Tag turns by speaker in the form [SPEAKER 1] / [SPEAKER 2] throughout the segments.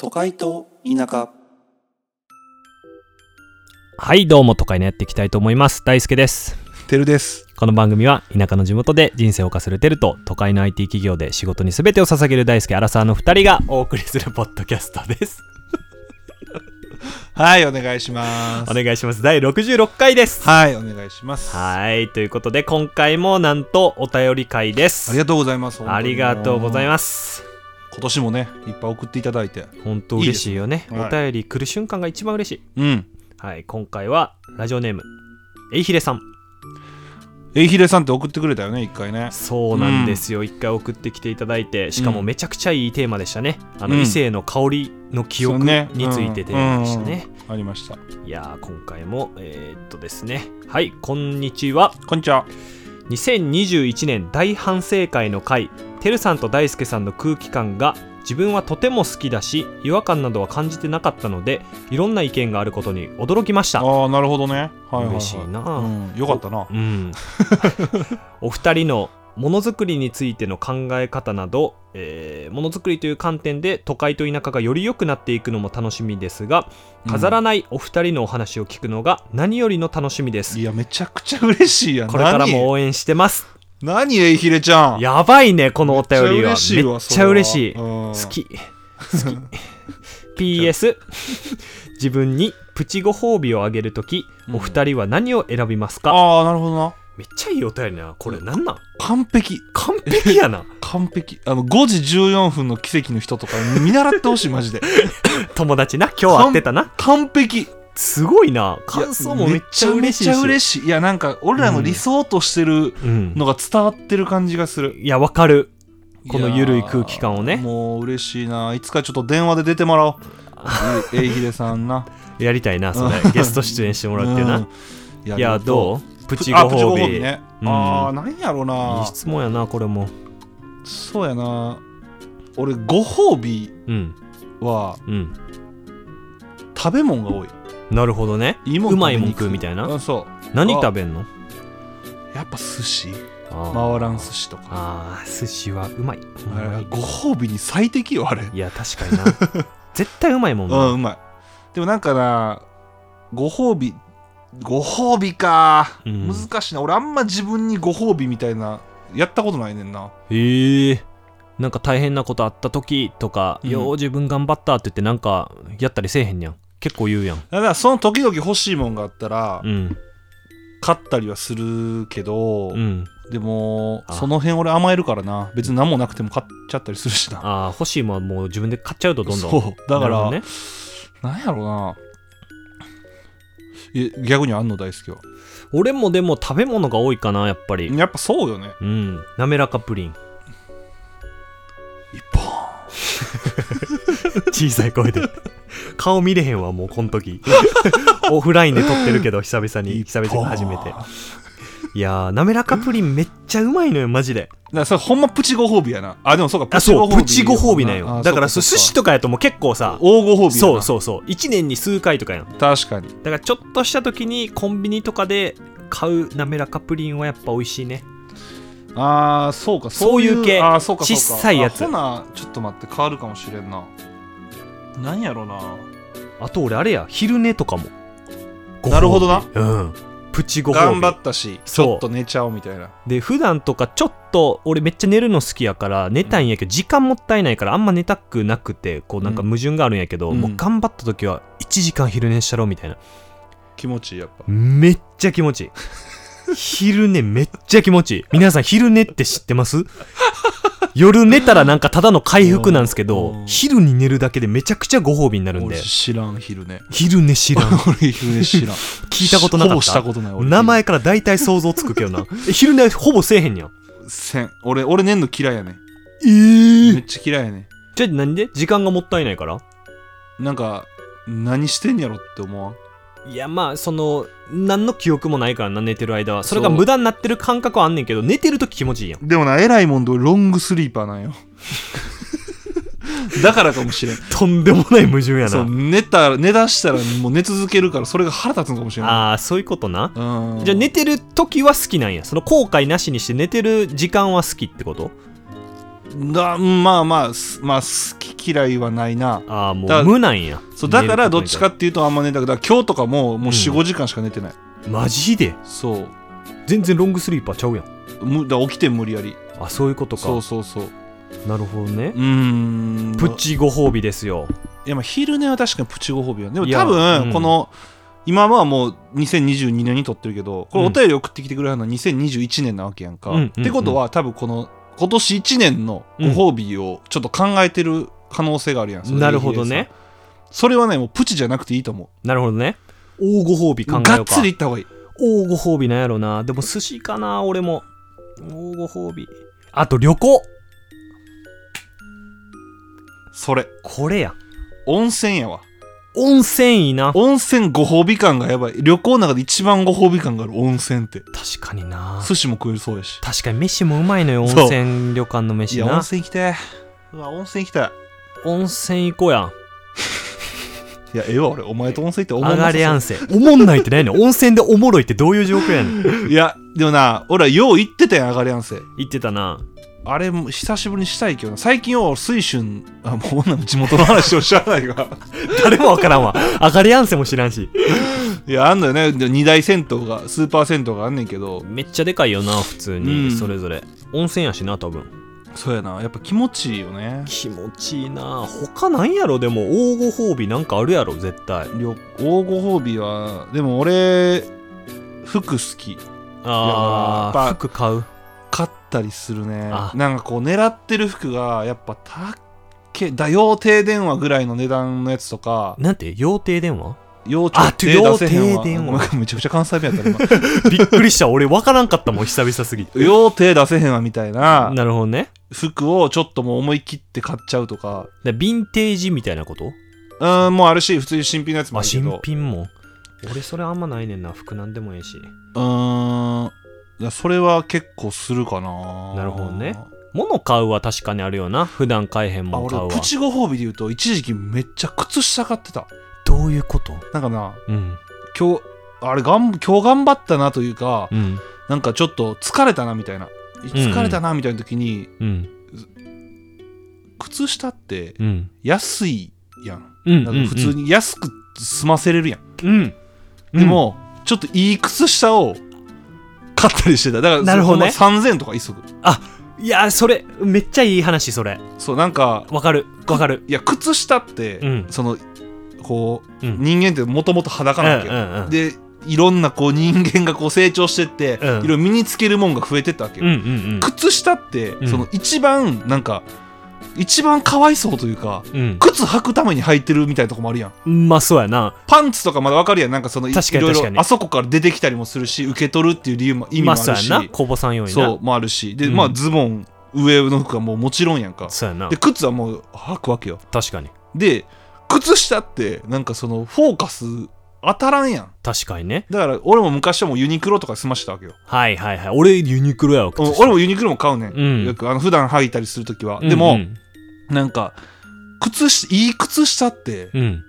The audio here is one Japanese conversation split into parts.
[SPEAKER 1] 都会と田舎
[SPEAKER 2] はい、どうも、都会のやっていきたいと思います。大輔です。
[SPEAKER 3] てるです。
[SPEAKER 2] この番組は、田舎の地元で人生を謳歌するテルと、都会の IT 企業で仕事に全てを捧げる大輔アラサーの2人がお送りするポッドキャストです。
[SPEAKER 3] はい、お願いします。
[SPEAKER 2] お願いします。第66回です。
[SPEAKER 3] はい、お願いします。
[SPEAKER 2] はい、ということで、今回もなんとお便り会で
[SPEAKER 3] あり
[SPEAKER 2] す。
[SPEAKER 3] がとうございます。
[SPEAKER 2] ありがとうござい
[SPEAKER 3] す。
[SPEAKER 2] ます。
[SPEAKER 3] 今年もね、いっぱい送っていただいて。
[SPEAKER 2] 本当嬉しいよね。
[SPEAKER 3] いいです
[SPEAKER 2] お便り来る瞬間が一番嬉しい。
[SPEAKER 3] うん。
[SPEAKER 2] はい、今回は、ラジオネーム、えいひれさん。
[SPEAKER 3] えいひれさんって送ってくれたよね、一回ね。
[SPEAKER 2] そうなんですよ、一回送ってきていただいてしかも
[SPEAKER 3] うん
[SPEAKER 2] めちゃくちゃいいテーマでしたね、あの
[SPEAKER 3] うん
[SPEAKER 2] 異性の香りの記憶
[SPEAKER 3] そうね
[SPEAKER 2] についてテーマでしたね、
[SPEAKER 3] ありました。
[SPEAKER 2] いやー今回もえーっとですねはいこんにちは
[SPEAKER 3] こんにちは。
[SPEAKER 2] 2021年大反省会の会てるさんと大輔さんの空気感が自分はとても好きだし違和感などは感じてなかったのでいろんな意見があることに驚きました
[SPEAKER 3] ああ、なるほどね。はいはい、はい。
[SPEAKER 2] 嬉しいなあ
[SPEAKER 3] うん。よかったな
[SPEAKER 2] う。 ん、お二人のものづくりについての考え方など、えーものづくりという観点で都会と田舎がより良くなっていくのも楽しみですが飾らないお二人のお話を聞くのが何よりの楽しみです、
[SPEAKER 3] いや、めちゃくちゃ嬉しいやん。
[SPEAKER 2] これからも応援してます
[SPEAKER 3] 何。何、えいひれちゃん。
[SPEAKER 2] やばいねこのお便りは
[SPEAKER 3] めっちゃ嬉しいわ
[SPEAKER 2] めっちゃ嬉しい
[SPEAKER 3] それはうん
[SPEAKER 2] 好き好き PS 自分にプチご褒美をあげるときお二人は何を選びますか、
[SPEAKER 3] ああ、なるほどな。
[SPEAKER 2] めっちゃいいお便りなこれなん なん
[SPEAKER 3] 完璧。
[SPEAKER 2] 完璧やな
[SPEAKER 3] 完璧。あの、5時14分の奇跡の人とか見習ってほしい、マジで。
[SPEAKER 2] 友達な今日会ってたな
[SPEAKER 3] 完璧。
[SPEAKER 2] すごいな感想もめっちゃ嬉しいし
[SPEAKER 3] めちゃ嬉しいいやなんか俺らの理想としてる
[SPEAKER 2] うん、
[SPEAKER 3] のが伝わってる感じがする、
[SPEAKER 2] いやわかるこのゆるい空気感を
[SPEAKER 3] い
[SPEAKER 2] ね
[SPEAKER 3] やーもう嬉しいないつかちょっと電話で出ても らおうええいひでさんな
[SPEAKER 2] やりたいなそれゲスト出演してもら ってな、
[SPEAKER 3] うん
[SPEAKER 2] いやどうプ
[SPEAKER 3] プ
[SPEAKER 2] チ
[SPEAKER 3] チ
[SPEAKER 2] ご
[SPEAKER 3] ご褒美
[SPEAKER 2] 褒美
[SPEAKER 3] ね、
[SPEAKER 2] うん
[SPEAKER 3] ああなんやろう
[SPEAKER 2] いい
[SPEAKER 3] な
[SPEAKER 2] 質問やなこれも
[SPEAKER 3] そうやな俺ご褒美
[SPEAKER 2] うん
[SPEAKER 3] は
[SPEAKER 2] うん
[SPEAKER 3] 食べ物が多い
[SPEAKER 2] なるほどね
[SPEAKER 3] いいう
[SPEAKER 2] まい
[SPEAKER 3] に
[SPEAKER 2] もん
[SPEAKER 3] 行く
[SPEAKER 2] 食うみたいな
[SPEAKER 3] うんそ
[SPEAKER 2] 何食べんの
[SPEAKER 3] うやっぱ寿司
[SPEAKER 2] あー
[SPEAKER 3] 回らん寿司とか
[SPEAKER 2] あー寿司はうまいほん
[SPEAKER 3] あ
[SPEAKER 2] ま
[SPEAKER 3] れ
[SPEAKER 2] に
[SPEAKER 3] ご褒美に最適よあれ
[SPEAKER 2] いや確かに な絶対うまいもん
[SPEAKER 3] う、
[SPEAKER 2] なん
[SPEAKER 3] うまい。でもなんかな、ご褒美、ご褒美か。
[SPEAKER 2] うん
[SPEAKER 3] 難しいな。俺あんま自分にご褒美みたいな、やったことないねんな。
[SPEAKER 2] へえなんか大変なことあった時とか「
[SPEAKER 3] うん
[SPEAKER 2] よう自分頑張った」って言ってなんかやったりせえへんやん結構言うやん
[SPEAKER 3] だからその時々欲しいもんがあったら、
[SPEAKER 2] うん
[SPEAKER 3] 買ったりはするけど、
[SPEAKER 2] うん
[SPEAKER 3] でも、
[SPEAKER 2] あ
[SPEAKER 3] その辺俺甘えるからな。別に何もなくても買っちゃったりするしな。
[SPEAKER 2] ああ欲しいもんはもう自分で買っちゃうとどんどん
[SPEAKER 3] そう。だ
[SPEAKER 2] な
[SPEAKER 3] か
[SPEAKER 2] るほ
[SPEAKER 3] ら、
[SPEAKER 2] どね
[SPEAKER 3] なんやろうな。え逆にあんの大好きは。
[SPEAKER 2] 俺もでも食べ物が多いかなやっぱり
[SPEAKER 3] やっぱそうよね。
[SPEAKER 2] うん滑らかプリン
[SPEAKER 3] 一本。
[SPEAKER 2] 小さい声で 顔見れへんわもうこの時 オフラインで撮ってるけど久々に久々に初めて
[SPEAKER 3] 一本だか
[SPEAKER 2] いやー滑らかプリンめっちゃうまいのよマジで
[SPEAKER 3] らそれほんまプチご褒美やな。あ、でもそうか、
[SPEAKER 2] あそうプチご褒美なん
[SPEAKER 3] あ
[SPEAKER 2] よ
[SPEAKER 3] ー
[SPEAKER 2] だから
[SPEAKER 3] そ
[SPEAKER 2] そうう寿司とかやともう結構さ
[SPEAKER 3] 大ご褒美やな
[SPEAKER 2] そうそうそう1年に数回とかやんだ
[SPEAKER 3] 確かに
[SPEAKER 2] からちょっとした時にコンビニとかで買う滑らかプリンはやっぱ美味しいね
[SPEAKER 3] ああそうか
[SPEAKER 2] そういう系
[SPEAKER 3] あーそうかそうか
[SPEAKER 2] 小さいやつ
[SPEAKER 3] あほなちょっと待って変わるかもしれんな何やろな
[SPEAKER 2] あと俺あれや昼寝とかもご褒美
[SPEAKER 3] なるほどな
[SPEAKER 2] うんプチご褒
[SPEAKER 3] 頑張
[SPEAKER 2] 美
[SPEAKER 3] ったしち
[SPEAKER 2] そう
[SPEAKER 3] ょっと寝ちゃおうみたいな
[SPEAKER 2] で普段とかちょっと俺めっちゃ寝るの好きやから寝たいんやけど時間もったいないからあんま寝たくなくてこうなんか矛盾があるんやけど、
[SPEAKER 3] うん
[SPEAKER 2] もう頑張った時は1時間昼寝したろみたいな
[SPEAKER 3] 気持ちいいやっぱ
[SPEAKER 2] めっちゃ気持ちいい昼寝めっちゃ気持ちいい皆さん昼寝って知ってます夜寝たらなんかただの回復なんですけど
[SPEAKER 3] うん
[SPEAKER 2] 昼に寝るだけでめちゃくちゃご褒美になるんで
[SPEAKER 3] 俺知らん昼寝
[SPEAKER 2] 昼寝知ら ん
[SPEAKER 3] 俺昼寝知らん
[SPEAKER 2] 聞いたことなか
[SPEAKER 3] ほ
[SPEAKER 2] っ
[SPEAKER 3] ぼした
[SPEAKER 2] た
[SPEAKER 3] ことない俺
[SPEAKER 2] 名前から大体想像つくけ どなえ昼寝ほぼせえへんやん
[SPEAKER 3] せん俺俺寝んの嫌いやね
[SPEAKER 2] ええ
[SPEAKER 3] めっちゃ嫌いやね
[SPEAKER 2] じゃあ何で時間がもったいないから
[SPEAKER 3] なんか何してんやろって思わん
[SPEAKER 2] いやまあその何の記憶もないからな寝てる間はそれが無駄になってる感覚はあんねんけど寝てるとき気持ちいいやん
[SPEAKER 3] でもな偉いもんで俺ロングスリーパーなんよ だからかもしれん
[SPEAKER 2] とんでもない矛盾や
[SPEAKER 3] そう
[SPEAKER 2] な
[SPEAKER 3] 寝た寝だしたらもう寝続けるからそれが腹立つのかもしれない
[SPEAKER 2] ああそういうことな
[SPEAKER 3] うん
[SPEAKER 2] じゃあ寝てる時は好きなんやその後悔なしにして寝てる時間は好きってこと
[SPEAKER 3] だうんまあまあすまあ好き嫌いはないな
[SPEAKER 2] ああも
[SPEAKER 3] だか
[SPEAKER 2] う
[SPEAKER 3] ら
[SPEAKER 2] 無なんや
[SPEAKER 3] そうだからどっちか
[SPEAKER 2] 寝る
[SPEAKER 3] っていうとあんま寝たくだから今日とかももう45、5時間しか寝てない
[SPEAKER 2] ことにマジで
[SPEAKER 3] そう
[SPEAKER 2] 全然ロングスリーパーちゃうやん
[SPEAKER 3] むだから起きて無理やり
[SPEAKER 2] あそういうことか
[SPEAKER 3] そうそうそう
[SPEAKER 2] なるほどね
[SPEAKER 3] うーん
[SPEAKER 2] プチご褒美ですよ
[SPEAKER 3] いやまあ昼寝は確かにプチご褒美よでも
[SPEAKER 2] いや
[SPEAKER 3] 多
[SPEAKER 2] うん
[SPEAKER 3] 分この、今はもう2022年に撮ってるけどこれお便り送ってきてくれるのは2021年なわけやんか、
[SPEAKER 2] うんうんうん
[SPEAKER 3] ってことは多分この今年1年のご褒美をちょっと考えてる可能性があるやん、それ
[SPEAKER 2] なるほどね
[SPEAKER 3] それはねもうプチじゃなくていいと思
[SPEAKER 2] なるほどね大ご褒美
[SPEAKER 3] う
[SPEAKER 2] 考え
[SPEAKER 3] が
[SPEAKER 2] よう
[SPEAKER 3] っ
[SPEAKER 2] か
[SPEAKER 3] つりいった方がいい
[SPEAKER 2] 大ご褒美なんやろなでも寿司かな俺も大ご褒美あと旅行
[SPEAKER 3] それ
[SPEAKER 2] これや
[SPEAKER 3] 温泉やわ
[SPEAKER 2] 温泉いいな
[SPEAKER 3] 温泉ご褒美感がやばい旅行の中で一番ご褒美感がある温泉って
[SPEAKER 2] 確かにな
[SPEAKER 3] 寿司も食えるそうやし
[SPEAKER 2] 確かに飯もうまいのよ温
[SPEAKER 3] そう
[SPEAKER 2] 泉旅館の
[SPEAKER 3] い
[SPEAKER 2] 飯
[SPEAKER 3] や温
[SPEAKER 2] な
[SPEAKER 3] 泉行きたいうわ温泉行きたい
[SPEAKER 2] 温泉行こうやん
[SPEAKER 3] いやええわ俺お前と温泉行って思
[SPEAKER 2] 上
[SPEAKER 3] い
[SPEAKER 2] が
[SPEAKER 3] ます
[SPEAKER 2] れやんせおもんないってないの温泉でおもろいってどういう状況やねん
[SPEAKER 3] いや、でもな、俺はよう行ってたやん、上がりやんせ。
[SPEAKER 2] 言ってたな
[SPEAKER 3] あれも久しぶりにしたいけどな。最近は水春、あ、もう女の地元の話を知らな いが。
[SPEAKER 2] 誰もわからんわ上がれやんせも知らんし
[SPEAKER 3] いや、あんのよね。で二大銭湯が、スーパー銭湯があんねんけど。
[SPEAKER 2] めっちゃでかいよな普通
[SPEAKER 3] う
[SPEAKER 2] に
[SPEAKER 3] ん
[SPEAKER 2] それぞれ温泉やしな多分
[SPEAKER 3] そうやな。やっぱ気持ちいいよね。
[SPEAKER 2] 気持ちいいな他なんやろでも大ご褒美なんかあるやろ絶対
[SPEAKER 3] 旅大ご褒美は、でも俺、服好き。
[SPEAKER 2] あ
[SPEAKER 3] やっ
[SPEAKER 2] あ
[SPEAKER 3] ぱ
[SPEAKER 2] 服買う
[SPEAKER 3] 買ったりするね
[SPEAKER 2] あ。
[SPEAKER 3] なんかこう、狙ってる服が、やっぱたっけ、だ、用停電話ぐらいの値段のやつとか、
[SPEAKER 2] なんて妖艇電話
[SPEAKER 3] 用
[SPEAKER 2] あ
[SPEAKER 3] 手出せへん
[SPEAKER 2] 用
[SPEAKER 3] わ。
[SPEAKER 2] 停電話
[SPEAKER 3] ごめんめちゃくちゃ関西弁やった 今。
[SPEAKER 2] びっくりした俺わからんかったもん久々すぎて
[SPEAKER 3] よう手出せへんわみたいな
[SPEAKER 2] なるほどね
[SPEAKER 3] 服をちょっともう思い切って買っちゃうとか
[SPEAKER 2] でヴィンテージみたいなこと
[SPEAKER 3] うーんもうあるし普通に新品のやつも
[SPEAKER 2] あ
[SPEAKER 3] あるけ
[SPEAKER 2] 新
[SPEAKER 3] ど
[SPEAKER 2] 品も俺それあんまないねんな服なんでもええし
[SPEAKER 3] うーんだからそれは結構するかな
[SPEAKER 2] なるほどね物買うは確かにあるよな普段買えへん
[SPEAKER 3] あ
[SPEAKER 2] もん買う
[SPEAKER 3] 俺
[SPEAKER 2] わ
[SPEAKER 3] プチご褒美で言うと一時期めっちゃ靴下買ってた
[SPEAKER 2] どういうこと
[SPEAKER 3] なんかな
[SPEAKER 2] うん
[SPEAKER 3] 今日あれがん今日頑張ったなというか
[SPEAKER 2] うん
[SPEAKER 3] なんかちょっと疲れたなみたいな疲れたなみたいな時に、
[SPEAKER 2] うん
[SPEAKER 3] 靴下って
[SPEAKER 2] うん
[SPEAKER 3] 安いやん
[SPEAKER 2] うん
[SPEAKER 3] なんか普通に安く済ませれるやん
[SPEAKER 2] うん
[SPEAKER 3] でも、ちょっといい靴下を買ったりしてただから
[SPEAKER 2] なるほどね
[SPEAKER 3] そのまま3000とか急ぐ
[SPEAKER 2] いやそれめっちゃいい話それ
[SPEAKER 3] そうなんか
[SPEAKER 2] わかるわかる
[SPEAKER 3] いや靴下って、
[SPEAKER 2] うん
[SPEAKER 3] そのこう、
[SPEAKER 2] うん
[SPEAKER 3] 人間ってもともと裸なわけよ、
[SPEAKER 2] うんうんうん
[SPEAKER 3] でいろんなこう人間がこう成長してって、
[SPEAKER 2] うん
[SPEAKER 3] いろいろ身につけるもんが増えてったわけ
[SPEAKER 2] うん
[SPEAKER 3] よ、
[SPEAKER 2] うん
[SPEAKER 3] 靴下って、
[SPEAKER 2] ん
[SPEAKER 3] その一番なんか一番かわいそうというか
[SPEAKER 2] うん
[SPEAKER 3] 靴履くために履いてるみたいなとこもあるやん
[SPEAKER 2] うんまあそうやな
[SPEAKER 3] パンツとかまだわかるやんなんかそのい
[SPEAKER 2] 確かに
[SPEAKER 3] いろい
[SPEAKER 2] 確かに
[SPEAKER 3] ろあそこから出てきたりもするし受け取るっていう理由も意味も
[SPEAKER 2] ま
[SPEAKER 3] あ
[SPEAKER 2] あ
[SPEAKER 3] るし、
[SPEAKER 2] そうやな公募さん用にな
[SPEAKER 3] そうもあるしで、
[SPEAKER 2] うん
[SPEAKER 3] まあズボン上の服はもうもちろんやんか
[SPEAKER 2] そうやな
[SPEAKER 3] で靴はもう履くわけよ
[SPEAKER 2] 確かに
[SPEAKER 3] で靴下ってなんかそのフォーカス当たらんやん
[SPEAKER 2] 確かにね
[SPEAKER 3] だから俺も昔はもうユニクロとかで済ましたわけよ
[SPEAKER 2] はいはいはい俺ユニクロやわ
[SPEAKER 3] うん俺もユニクロも買うねん、
[SPEAKER 2] うん
[SPEAKER 3] よくあの普段履いたりする時は、
[SPEAKER 2] うん
[SPEAKER 3] で
[SPEAKER 2] う
[SPEAKER 3] も
[SPEAKER 2] ん
[SPEAKER 3] なんか靴下いい靴下って
[SPEAKER 2] うん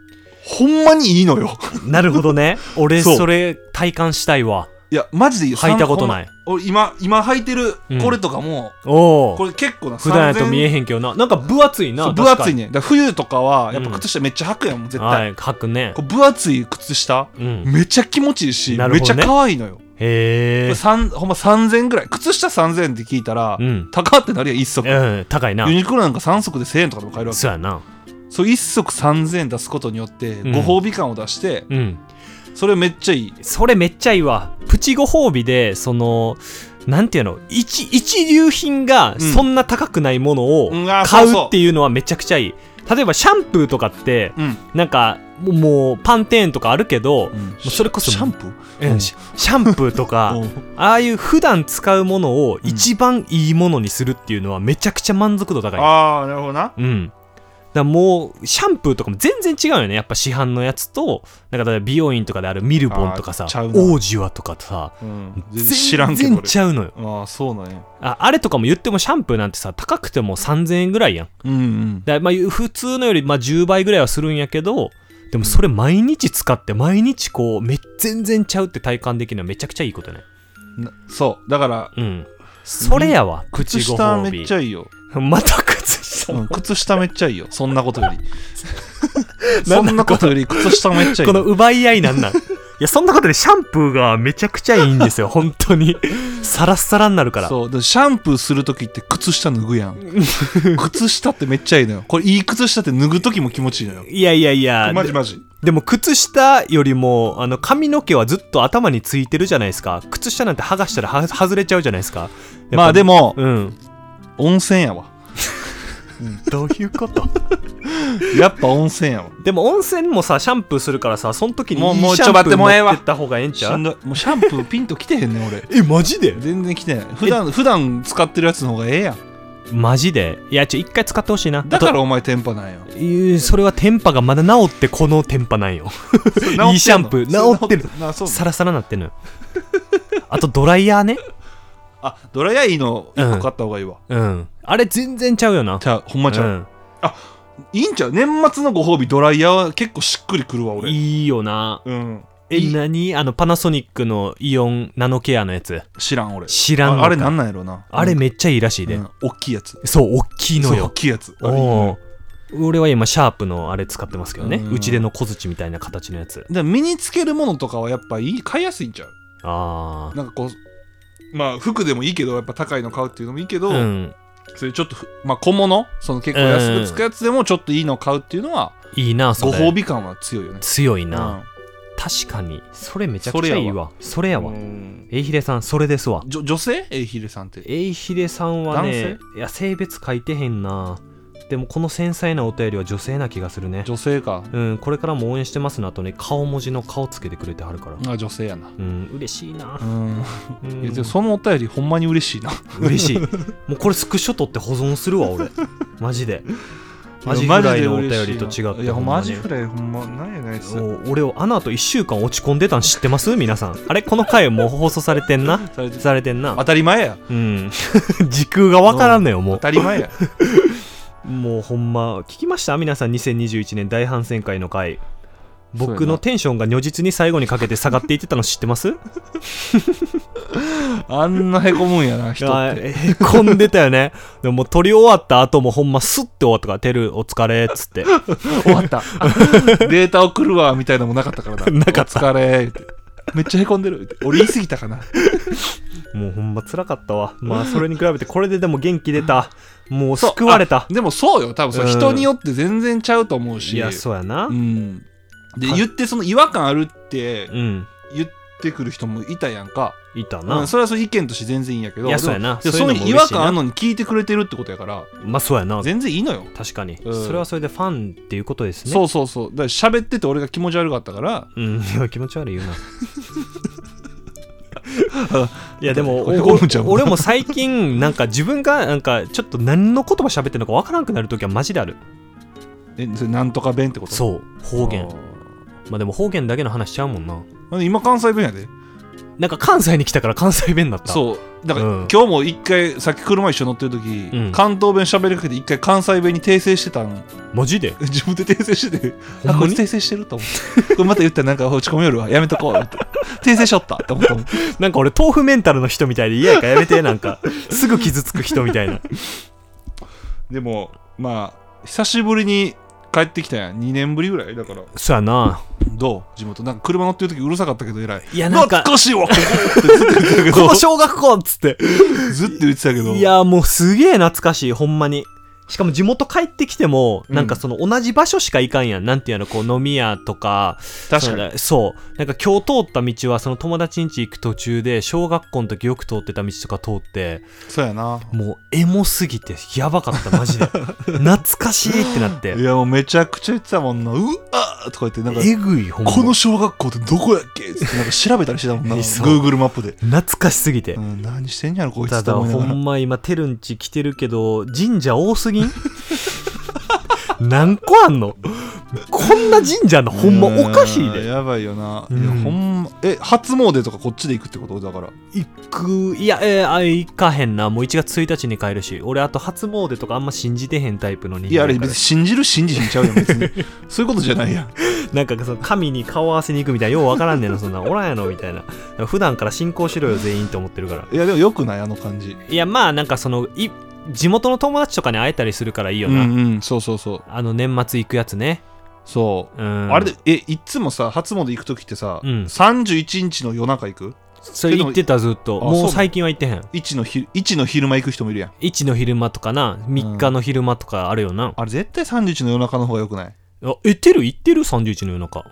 [SPEAKER 3] ほんまにいいのよ
[SPEAKER 2] なるほどね俺
[SPEAKER 3] そう
[SPEAKER 2] それ体感したいわ
[SPEAKER 3] いやマジでいい
[SPEAKER 2] 履いたことない
[SPEAKER 3] い俺今今履いてる
[SPEAKER 2] うん
[SPEAKER 3] これとかも、
[SPEAKER 2] お
[SPEAKER 3] こ
[SPEAKER 2] お
[SPEAKER 3] れ結構な
[SPEAKER 2] 普段やと
[SPEAKER 3] 3000
[SPEAKER 2] 見えへんけどななんか分厚い
[SPEAKER 3] そ
[SPEAKER 2] な
[SPEAKER 3] う分厚い
[SPEAKER 2] ね
[SPEAKER 3] ねだから冬とかはやっぱ靴下めっちゃ履くやん、もう絶対、
[SPEAKER 2] はい履くね
[SPEAKER 3] こう分厚い靴下
[SPEAKER 2] うん
[SPEAKER 3] めちゃ気持ちいいし、
[SPEAKER 2] なる
[SPEAKER 3] め
[SPEAKER 2] ほど
[SPEAKER 3] ち
[SPEAKER 2] ね
[SPEAKER 3] ゃ可愛いのよ、
[SPEAKER 2] へ
[SPEAKER 3] こ
[SPEAKER 2] え
[SPEAKER 3] れさんほんま3000ぐらい靴下3000って聞いたら、
[SPEAKER 2] うん
[SPEAKER 3] 高ってなるやん1足、
[SPEAKER 2] うん高いな
[SPEAKER 3] ユニクロなんか3足で1000円とかでも買えるわけ
[SPEAKER 2] そうやな
[SPEAKER 3] そう1足3000円出すことによって
[SPEAKER 2] ん
[SPEAKER 3] ご褒美感を出して、
[SPEAKER 2] うん
[SPEAKER 3] それめっちゃいい
[SPEAKER 2] それめっちゃいいわプチご褒美でそのなんていうの一一流品が
[SPEAKER 3] ん
[SPEAKER 2] そんな高くないものを
[SPEAKER 3] うんあー
[SPEAKER 2] 買
[SPEAKER 3] そうそう
[SPEAKER 2] うっていうのはめちゃくちゃいい例えばシャンプーとかって
[SPEAKER 3] うん、
[SPEAKER 2] なんかもうもうパンテーンとかあるけど、もうそれこそ
[SPEAKER 3] シャンプー
[SPEAKER 2] うんシシャンプーとか、
[SPEAKER 3] うん
[SPEAKER 2] ああいう普段使うものを一番いいものにするっていうのはめちゃくちゃ満足度高い。
[SPEAKER 3] ああなるほどな
[SPEAKER 2] うん。だからもうシャンプーとかも全然違うよねやっぱ市販のやつとなんか例えば美容院とかであるミルボンとかさ
[SPEAKER 3] あーちゃうな
[SPEAKER 2] オージュアとかさ
[SPEAKER 3] うん全然知らんけ
[SPEAKER 2] 全
[SPEAKER 3] ど
[SPEAKER 2] 然
[SPEAKER 3] 俺
[SPEAKER 2] ちゃうのよ
[SPEAKER 3] ああそうなんや
[SPEAKER 2] ああれとかも言ってもシャンプーなんてさ高くても3000円ぐらいやん
[SPEAKER 3] うんうん
[SPEAKER 2] だまあ普通のよりまあ10倍ぐらいはするんやけどでもそれ毎日使って毎日こうめ全然ちゃうって体感できるのはめちゃくちゃいいことね
[SPEAKER 3] なそうだから
[SPEAKER 2] うんそれやわ口
[SPEAKER 3] 靴
[SPEAKER 2] ご
[SPEAKER 3] 下
[SPEAKER 2] 褒
[SPEAKER 3] めっ
[SPEAKER 2] 美
[SPEAKER 3] ちゃいいよ
[SPEAKER 2] また靴下
[SPEAKER 3] う
[SPEAKER 2] の、
[SPEAKER 3] ん、靴下めっちゃいいよそんなことより
[SPEAKER 2] な
[SPEAKER 3] そ
[SPEAKER 2] んだ
[SPEAKER 3] んなことより靴下めっちゃ いい
[SPEAKER 2] この奪い合いなんなん いやそんなことでシャンプーがめちゃくちゃいいん ですよ本当にサラッサラになるから
[SPEAKER 3] そうでシャンプーするときって靴下脱ぐやん 靴下ってめっちゃいいのよこれいい靴下って脱ぐときも気持ちいいのよ
[SPEAKER 2] いやいやいや
[SPEAKER 3] マジマジ
[SPEAKER 2] でも靴下よりもあの髪の毛はずっと頭についてるじゃないですか靴下なんて剥がしたらは外れちゃうじゃないですか
[SPEAKER 3] まあで
[SPEAKER 2] も
[SPEAKER 3] も、
[SPEAKER 2] うん
[SPEAKER 3] 温泉やわ
[SPEAKER 2] どういうこと
[SPEAKER 3] やっぱ温泉やわ
[SPEAKER 2] でも温泉もさシャンプーするからさその時に
[SPEAKER 3] もう
[SPEAKER 2] いい
[SPEAKER 3] もう
[SPEAKER 2] シャンプ
[SPEAKER 3] ちょ待って
[SPEAKER 2] ー
[SPEAKER 3] もうええ
[SPEAKER 2] 持
[SPEAKER 3] わ
[SPEAKER 2] ってった方がええんち
[SPEAKER 3] し
[SPEAKER 2] ゃ
[SPEAKER 3] ん
[SPEAKER 2] う
[SPEAKER 3] どいもうシャンプーピンときてへんねん俺
[SPEAKER 2] えマジで
[SPEAKER 3] 全然きてない普段普段使ってるやつの方がええやん
[SPEAKER 2] マジでいやちょ一回使ってほしいな
[SPEAKER 3] だ
[SPEAKER 2] あ
[SPEAKER 3] か
[SPEAKER 2] と
[SPEAKER 3] らお前テンパなんよ
[SPEAKER 2] えーそれはテンパがまだ治ってこのテンパなんよ いいシャンプー治ってる
[SPEAKER 3] なそう
[SPEAKER 2] サラサラなってんのよあとドライヤーね
[SPEAKER 3] あドライヤーいいの1個買った方がいいわ、
[SPEAKER 2] うんあれ全然ちゃうよな
[SPEAKER 3] じゃあほんまちゃう、
[SPEAKER 2] うん
[SPEAKER 3] いいんちゃう年末のご褒美ドライヤーは結構しっくりくるわ俺
[SPEAKER 2] いいよな
[SPEAKER 3] うん
[SPEAKER 2] え
[SPEAKER 3] いい
[SPEAKER 2] 何あのパナソニックのイオンナノケアのやつ
[SPEAKER 3] 知らん俺
[SPEAKER 2] 知らんの
[SPEAKER 3] あ
[SPEAKER 2] か
[SPEAKER 3] あれなんなんやろな
[SPEAKER 2] あれめっちゃいいらしい
[SPEAKER 3] うん
[SPEAKER 2] で、
[SPEAKER 3] 大きいやつ
[SPEAKER 2] そう大きいの
[SPEAKER 3] そう大
[SPEAKER 2] よ
[SPEAKER 3] きいやつあれいいの
[SPEAKER 2] お
[SPEAKER 3] よ
[SPEAKER 2] ー俺は今シャープのあれ使ってますけどね
[SPEAKER 3] うん
[SPEAKER 2] うちでの小槌みたいな形のやつ
[SPEAKER 3] で身につけるものとかはやっぱいい買いやすいんちゃう
[SPEAKER 2] あ
[SPEAKER 3] なんかこうまあ服でもいいけどやっぱ高いの買うっていうのもいいけ
[SPEAKER 2] あ
[SPEAKER 3] ど、
[SPEAKER 2] うん
[SPEAKER 3] そういうちょっとふまあ小物その結構安くつくやつでもちょっといいの買うっていうのはい
[SPEAKER 2] いなそ
[SPEAKER 3] ご
[SPEAKER 2] れ
[SPEAKER 3] 褒美感は強いよね
[SPEAKER 2] 強いな、確かにそれめちゃくちゃいいわそれ
[SPEAKER 3] う
[SPEAKER 2] や
[SPEAKER 3] ん
[SPEAKER 2] わ
[SPEAKER 3] うん
[SPEAKER 2] えいひれさんそれですわ
[SPEAKER 3] じょ女性えヒレさんって
[SPEAKER 2] えいひれさんはね
[SPEAKER 3] 男
[SPEAKER 2] いや性別書いてへんなでもこの繊細なお便りは女性な気がするね
[SPEAKER 3] 女性か
[SPEAKER 2] うんこれからも応援してますのあとね顔文字の顔つけてくれてはるから
[SPEAKER 3] あ女性やな
[SPEAKER 2] うん嬉しいな
[SPEAKER 3] う、ん
[SPEAKER 2] うん
[SPEAKER 3] いやでもそのお便りほんまに嬉しいな
[SPEAKER 2] 嬉しいもうこれスクショ取って保存するわ俺マジでマジ
[SPEAKER 3] い
[SPEAKER 2] フ
[SPEAKER 3] や
[SPEAKER 2] ライのお便りと
[SPEAKER 3] 嬉し
[SPEAKER 2] 違
[SPEAKER 3] いな
[SPEAKER 2] って
[SPEAKER 3] いや
[SPEAKER 2] ほんま
[SPEAKER 3] マ
[SPEAKER 2] に
[SPEAKER 3] ジフライほんまなんやないっす
[SPEAKER 2] お俺をあの後1週間落ち込んでたん知ってます皆さんあれこの回もう放送されてんな
[SPEAKER 3] されて
[SPEAKER 2] されてんな
[SPEAKER 3] 当たり前や
[SPEAKER 2] うん 時空がわからんのよも
[SPEAKER 3] 当たり前 や
[SPEAKER 2] うもうほんま聞きました皆さん2021年大反戦会の回僕のテンションが如実に最後にかけて下がっていってたの知って ます
[SPEAKER 3] あんなへこむんやな人
[SPEAKER 2] あ
[SPEAKER 3] って
[SPEAKER 2] ーへこんでたよねでももう撮り終わった後もほんまスッて終わったから「てるお疲れ」っつって
[SPEAKER 3] 終わった データ送るわみたいなのもなかったから な
[SPEAKER 2] なかった
[SPEAKER 3] お疲れ言うてめっちゃへこんでる言うて俺言い過ぎたかな
[SPEAKER 2] もうほんま辛かったわまあそれに比べてこれででも元気出たもう救われた
[SPEAKER 3] でもそうよ多分そう
[SPEAKER 2] うん
[SPEAKER 3] 人によって全然ちゃうと思うし
[SPEAKER 2] いやそうやなう、
[SPEAKER 3] うんんで
[SPEAKER 2] はい
[SPEAKER 3] 言ってその違和感あるって言ってくる人もいたやんか
[SPEAKER 2] いたな、
[SPEAKER 3] うんそれはその意見として全然いいんやけど
[SPEAKER 2] いや
[SPEAKER 3] でも
[SPEAKER 2] そうやな
[SPEAKER 3] でも
[SPEAKER 2] そう
[SPEAKER 3] そ
[SPEAKER 2] いうの
[SPEAKER 3] の
[SPEAKER 2] も
[SPEAKER 3] 違
[SPEAKER 2] 嬉
[SPEAKER 3] 和
[SPEAKER 2] しいな
[SPEAKER 3] 感あるのに聞いてくれてるってことやから
[SPEAKER 2] まあそうやな
[SPEAKER 3] 全然いいのよ
[SPEAKER 2] 確かに、
[SPEAKER 3] うん
[SPEAKER 2] それはそれでファンっていうことですね
[SPEAKER 3] そうそうそうだから喋ってて俺が気持ち悪かったから
[SPEAKER 2] うん、いや気持ち悪いよな。 いやで も
[SPEAKER 3] これ
[SPEAKER 2] お
[SPEAKER 3] ゴムちゃんも
[SPEAKER 2] 俺も最近なんか自分がなんかちょっと何の言葉喋ってるのかわからんくなる時はマジである
[SPEAKER 3] えそれなんとか弁ってこと
[SPEAKER 2] そう方言まあでも方言だけの話しちゃうもんな
[SPEAKER 3] あー今関西弁やで
[SPEAKER 2] なんか関西に来たから関西弁になったう
[SPEAKER 3] そうだから、
[SPEAKER 2] うん
[SPEAKER 3] 今日も一回さっき車一緒に乗ってる時、
[SPEAKER 2] うん
[SPEAKER 3] 関東弁喋りかけて一回関西弁に訂正してたん
[SPEAKER 2] マジで
[SPEAKER 3] 自分で訂正してて
[SPEAKER 2] ほ
[SPEAKER 3] あ
[SPEAKER 2] ん
[SPEAKER 3] こ
[SPEAKER 2] ま
[SPEAKER 3] い
[SPEAKER 2] に
[SPEAKER 3] つ訂正してると思って これまた言ったらなんか落ち込みよるわやめとこうって 訂正しよったって思っ たもん
[SPEAKER 2] なんか俺豆腐メンタルの人みたいで嫌やからやめてなんかすぐ傷つく人みたいな
[SPEAKER 3] でもまあ久しぶりに帰ってきたやん2年ぶりぐらいだから
[SPEAKER 2] そうやな
[SPEAKER 3] どう地元なんか車乗ってる時うるさかったけど偉い
[SPEAKER 2] いやなんか
[SPEAKER 3] 懐か しいわここってずっと言ってたけ
[SPEAKER 2] こ
[SPEAKER 3] ど
[SPEAKER 2] の小学校っつって
[SPEAKER 3] ずっと言ってたけど
[SPEAKER 2] いやもうすげえ懐かしいほんまにしかも地元帰ってきても、
[SPEAKER 3] うん
[SPEAKER 2] なんかその同じ場所しか行かんやんなんていうのこう飲み屋とか
[SPEAKER 3] 確かに
[SPEAKER 2] にそうなんか今日通った道はその友達ん家行く途中で小学校の時よく通ってた道とか通って
[SPEAKER 3] そうやな
[SPEAKER 2] もうエモすぎてやばかったマジ で懐かしいってなって
[SPEAKER 3] いやもうめちゃくちゃ言ってたもんなうわーとか言ってなんか
[SPEAKER 2] えぐいほんま
[SPEAKER 3] この小学校ってどこやっけつってなんか調べたりしてたもんな
[SPEAKER 2] えそう
[SPEAKER 3] Google マップで、
[SPEAKER 2] 懐かしすぎて、
[SPEAKER 3] うん、何してんやろこいつ
[SPEAKER 2] た
[SPEAKER 3] って
[SPEAKER 2] だ
[SPEAKER 3] 思いな
[SPEAKER 2] ほ
[SPEAKER 3] がら
[SPEAKER 2] んま今てるんち来てるけど神社多すぎん 何個あんのこんな神社あんのほんまおかしい
[SPEAKER 3] うん
[SPEAKER 2] で
[SPEAKER 3] やばいよな、
[SPEAKER 2] うん
[SPEAKER 3] いやほんまえ初詣とかこっちで行くってことだから
[SPEAKER 2] 行くいやえーあ行かへんなもう1月1日に帰るし俺あと初詣とかあんま信じてへんタイプの人間
[SPEAKER 3] いやあれ
[SPEAKER 2] やか
[SPEAKER 3] 別
[SPEAKER 2] ら
[SPEAKER 3] に信じる信じへんちゃうやん別 にそういうことじゃないやん
[SPEAKER 2] なんかその神に顔合わせに行くみたいなようわからんねんなそんなんおらんやろみたいな普段から信仰しろよ全員と思ってるから
[SPEAKER 3] いやでもよくないあの感じ
[SPEAKER 2] いやまあなんかそのい地元の友達とかに会えたりするからいいよ
[SPEAKER 3] う
[SPEAKER 2] な、
[SPEAKER 3] んうんそうそうそう
[SPEAKER 2] あの年末行くやつね
[SPEAKER 3] そう
[SPEAKER 2] うん
[SPEAKER 3] あれでえいっつもさ初詣行く時ってさ、
[SPEAKER 2] うん
[SPEAKER 3] 31日の夜中行く
[SPEAKER 2] それ行ってたずっと
[SPEAKER 3] あそうな
[SPEAKER 2] もう
[SPEAKER 3] の
[SPEAKER 2] 最近は行ってへん
[SPEAKER 3] 1のひ1の昼間行く人もいるやん
[SPEAKER 2] 1の昼間とかな3日の昼間とかあるよな、
[SPEAKER 3] あれ絶対31の夜中の方がよくない
[SPEAKER 2] あ行ってる行ってる31の夜中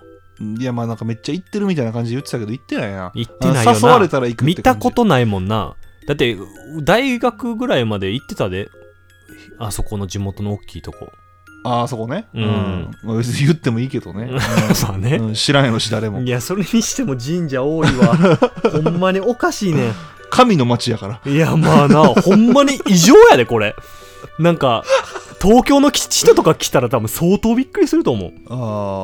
[SPEAKER 3] いやまあなんかめっちゃ行ってるみたいな感じで言ってたけど行ってないな
[SPEAKER 2] 行ってないよな
[SPEAKER 3] あの誘われたら行くっ
[SPEAKER 2] 見
[SPEAKER 3] て感
[SPEAKER 2] た
[SPEAKER 3] じ
[SPEAKER 2] ことないもんなだって大学ぐらいまで行ってたであそこの地元の大きいと こ
[SPEAKER 3] ああそこね
[SPEAKER 2] うん
[SPEAKER 3] まあ別に言ってもいいけ どね、
[SPEAKER 2] そうね
[SPEAKER 3] う、ん、知らんやろし誰も
[SPEAKER 2] いやそれにしても神社多い わほんまにおかしいね
[SPEAKER 3] 神の町やから
[SPEAKER 2] いやまあなほんまに異常やでこれなんか東京の人とか来たら多分相当びっくりすると思う
[SPEAKER 3] あ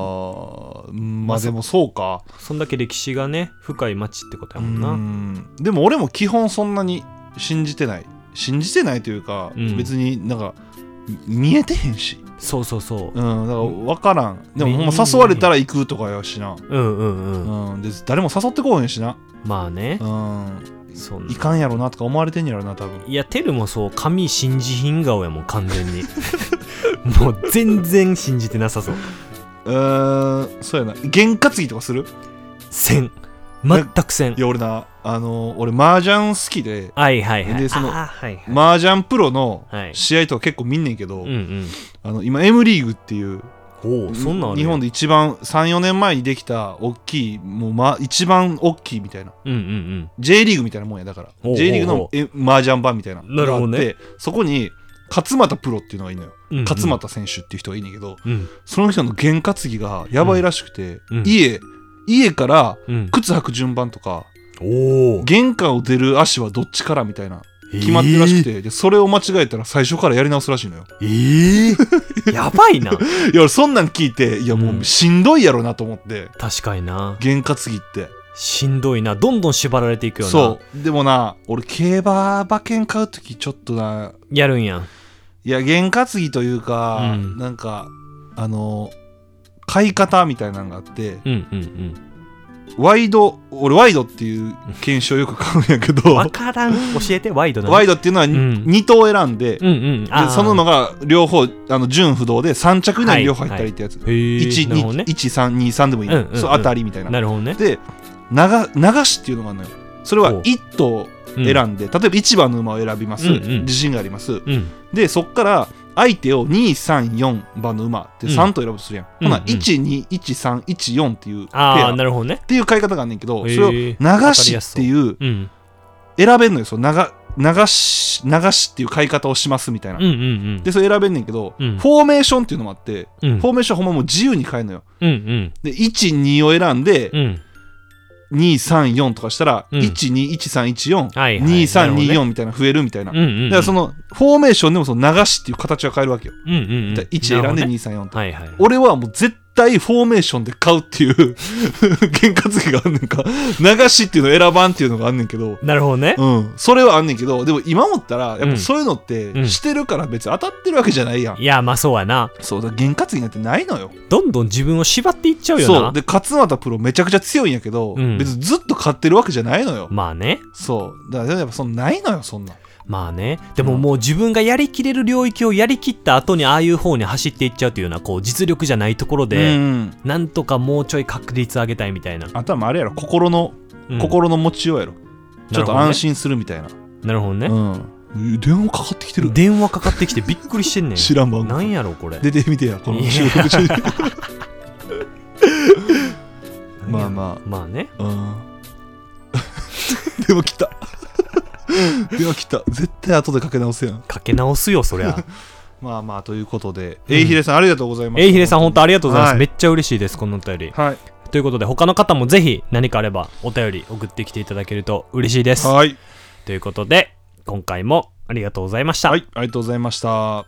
[SPEAKER 3] ーまあでもそうか
[SPEAKER 2] そんだけ歴史がね深い町ってことやもん
[SPEAKER 3] う
[SPEAKER 2] な、
[SPEAKER 3] んでも俺も基本そんなに信じてない信じてないというか、
[SPEAKER 2] うん
[SPEAKER 3] 別になんかみ見えてへんし
[SPEAKER 2] そうそうそう
[SPEAKER 3] う、んだから分からんでも
[SPEAKER 2] ね
[SPEAKER 3] ほんま誘われたら行くとかやしな、
[SPEAKER 2] うん、うんうん
[SPEAKER 3] うん、で誰も誘ってこうへんしな、
[SPEAKER 2] まあね
[SPEAKER 3] う、ん、
[SPEAKER 2] そんない
[SPEAKER 3] かんやろなとか思われてんやろな多分
[SPEAKER 2] いや、テルもそう、髪信じひん顔やもん、完全に。 もう全然信じてなさそう。
[SPEAKER 3] うーんそうやな験担ぎとかする
[SPEAKER 2] せん。全くせん
[SPEAKER 3] い。や俺なあの俺麻雀好きで
[SPEAKER 2] はいはいはい。
[SPEAKER 3] でその
[SPEAKER 2] あーはいはい。
[SPEAKER 3] 麻雀プロの
[SPEAKER 2] はい
[SPEAKER 3] 試合とか結構見んねんけど、
[SPEAKER 2] うん
[SPEAKER 3] あの今 M リーグっていう
[SPEAKER 2] うん。おお、そんなんある
[SPEAKER 3] 日本
[SPEAKER 2] で。
[SPEAKER 3] で一番34年前にできた大きいもう、ま、一番大きいみたいな
[SPEAKER 2] うんうん
[SPEAKER 3] J リーグみたいなもんやだか
[SPEAKER 2] おうおうお
[SPEAKER 3] ら
[SPEAKER 2] う
[SPEAKER 3] J リーグのえ麻雀版みたいなの
[SPEAKER 2] なるほどね
[SPEAKER 3] があってそこに勝俣プロっていうのがいいのよ、
[SPEAKER 2] うんうん。
[SPEAKER 3] 勝俣選手っていう人がいいねんけど
[SPEAKER 2] うん。うん
[SPEAKER 3] その人の験担ぎがやばいらしくて、
[SPEAKER 2] うんうん
[SPEAKER 3] 家家から
[SPEAKER 2] うん。
[SPEAKER 3] 靴履く順番とか
[SPEAKER 2] おお。
[SPEAKER 3] 玄関を出る足はどっちからみたいな決まってるらしくて、でそれを間違えたら最初からやり直すらしいのよ
[SPEAKER 2] えー。えー やばいな。
[SPEAKER 3] いや俺そんなん聞いていやもうんうしんどいやろなと思って
[SPEAKER 2] 確かにな。
[SPEAKER 3] 験担ぎって
[SPEAKER 2] しんどいな。どんどん縛られていくよな。
[SPEAKER 3] そうでもな俺競馬馬券買う時ちょっとな
[SPEAKER 2] う。やるんやん。
[SPEAKER 3] いや験担ぎというか、
[SPEAKER 2] うん
[SPEAKER 3] なんかあの買い方みたいなのがあって
[SPEAKER 2] うんうんうん。
[SPEAKER 3] ワイド俺ワイドっていう犬種をよく買うんやけ ど
[SPEAKER 2] わからん。教えて、ワイドな。
[SPEAKER 3] ワイ
[SPEAKER 2] ド。
[SPEAKER 3] ドっていうのは
[SPEAKER 2] うん
[SPEAKER 3] 2頭選んで,、
[SPEAKER 2] うんうん。あー
[SPEAKER 3] でそののが両方あの純不動で3着以内に両方入ったりってやつ、
[SPEAKER 2] へえ。
[SPEAKER 3] 1
[SPEAKER 2] なるほどね。
[SPEAKER 3] 1323でもいい、
[SPEAKER 2] うんうんうん
[SPEAKER 3] そう当たりみたいな
[SPEAKER 2] なるほどね。
[SPEAKER 3] で流流しっていうのがあるのよそれは
[SPEAKER 2] ほう
[SPEAKER 3] 1頭
[SPEAKER 2] うん
[SPEAKER 3] 選んで、例えば1番の馬を選びます、
[SPEAKER 2] うんうん
[SPEAKER 3] 自信があります
[SPEAKER 2] うん。
[SPEAKER 3] でそっから相手を234番の馬って
[SPEAKER 2] うん
[SPEAKER 3] 3頭選ぶとするやん、
[SPEAKER 2] うん
[SPEAKER 3] ほ
[SPEAKER 2] う
[SPEAKER 3] な
[SPEAKER 2] ん
[SPEAKER 3] 121314っていうペ
[SPEAKER 2] ああ、
[SPEAKER 3] アっ
[SPEAKER 2] なるほどね。
[SPEAKER 3] ていう買い方があんねんけどそ
[SPEAKER 2] へえ
[SPEAKER 3] れを流しっていう
[SPEAKER 2] うん。
[SPEAKER 3] 選べんのよそう流流し流しっていう買い方をしますみたいな、
[SPEAKER 2] うんうんうん。
[SPEAKER 3] でそれ選べんねんけど、
[SPEAKER 2] うん
[SPEAKER 3] フォーメーションっていうのもあって、
[SPEAKER 2] うん
[SPEAKER 3] フォーメーションほんまもう自由に変えんのよ
[SPEAKER 2] うんうん。
[SPEAKER 3] で12を選んで、
[SPEAKER 2] うん。
[SPEAKER 3] 234とかしたら、
[SPEAKER 2] うんはいはい
[SPEAKER 3] 1213142324みたいな増えるみたいな、
[SPEAKER 2] うんうんうん。
[SPEAKER 3] だからそのフォーメーションでもその流しっていう形は変えるわけよ、
[SPEAKER 2] うんうんうん。
[SPEAKER 3] だから1選んで
[SPEAKER 2] なるほどね
[SPEAKER 3] 234と、
[SPEAKER 2] はいはい。
[SPEAKER 3] 俺はもう絶対フォーメーションで買うっていう 験担ぎがあんねんか流しっていうのを選ばんっていうのがあんねんけど
[SPEAKER 2] なるほどね。
[SPEAKER 3] うん、それはあんねんけどでも今思ったらやっ
[SPEAKER 2] うん
[SPEAKER 3] ぱそういうのっ
[SPEAKER 2] うん
[SPEAKER 3] てしてるから別に当たってるわけじゃないやん、
[SPEAKER 2] いや、まあそうやな。
[SPEAKER 3] そうだから験担ぎなんてないのよ
[SPEAKER 2] どんどん自分を縛っていっちゃうよな。
[SPEAKER 3] そうで勝俣プロめちゃくちゃ強いんやけど、
[SPEAKER 2] うん
[SPEAKER 3] 別にずっと勝ってるわけじゃないのよ、
[SPEAKER 2] まあね。
[SPEAKER 3] そうだからやっぱそんなないのよそんなん
[SPEAKER 2] まあね。でももう自分がやりきれる領域をやりきった後にああいう方に走っていっちゃうというような、こう、実力じゃないところ
[SPEAKER 3] う
[SPEAKER 2] で、
[SPEAKER 3] ん
[SPEAKER 2] なんとかもうちょい確率上げたいみたいな。
[SPEAKER 3] あとはまああれやろ心の、
[SPEAKER 2] うん
[SPEAKER 3] 心の持ちようやろちょっと安。心するみたいな
[SPEAKER 2] なるほどね。なるほどね
[SPEAKER 3] うんえ電話かかってきてる
[SPEAKER 2] 電話かかってきてびっくりしてんねん。
[SPEAKER 3] 知らん番号
[SPEAKER 2] なんやろ、これ。
[SPEAKER 3] 出てみてやこの収録 中にまあま
[SPEAKER 2] あ。まあね。
[SPEAKER 3] あうん 電話 来た電話来た絶対後でかけ直せやん
[SPEAKER 2] かけ直すよ、そりゃ。
[SPEAKER 3] まあまあということで、
[SPEAKER 2] うん
[SPEAKER 3] えいひれさんありがとうございます
[SPEAKER 2] えいひれさん、本当ありがとうございます。
[SPEAKER 3] はい
[SPEAKER 2] めっちゃ嬉しいです、このお便り。
[SPEAKER 3] はい
[SPEAKER 2] ということで、他の方もぜひ何かあればお便り送ってきていただけると嬉しいです。
[SPEAKER 3] はい
[SPEAKER 2] ということで、今回もありがとうございました。
[SPEAKER 3] はいありがとうございました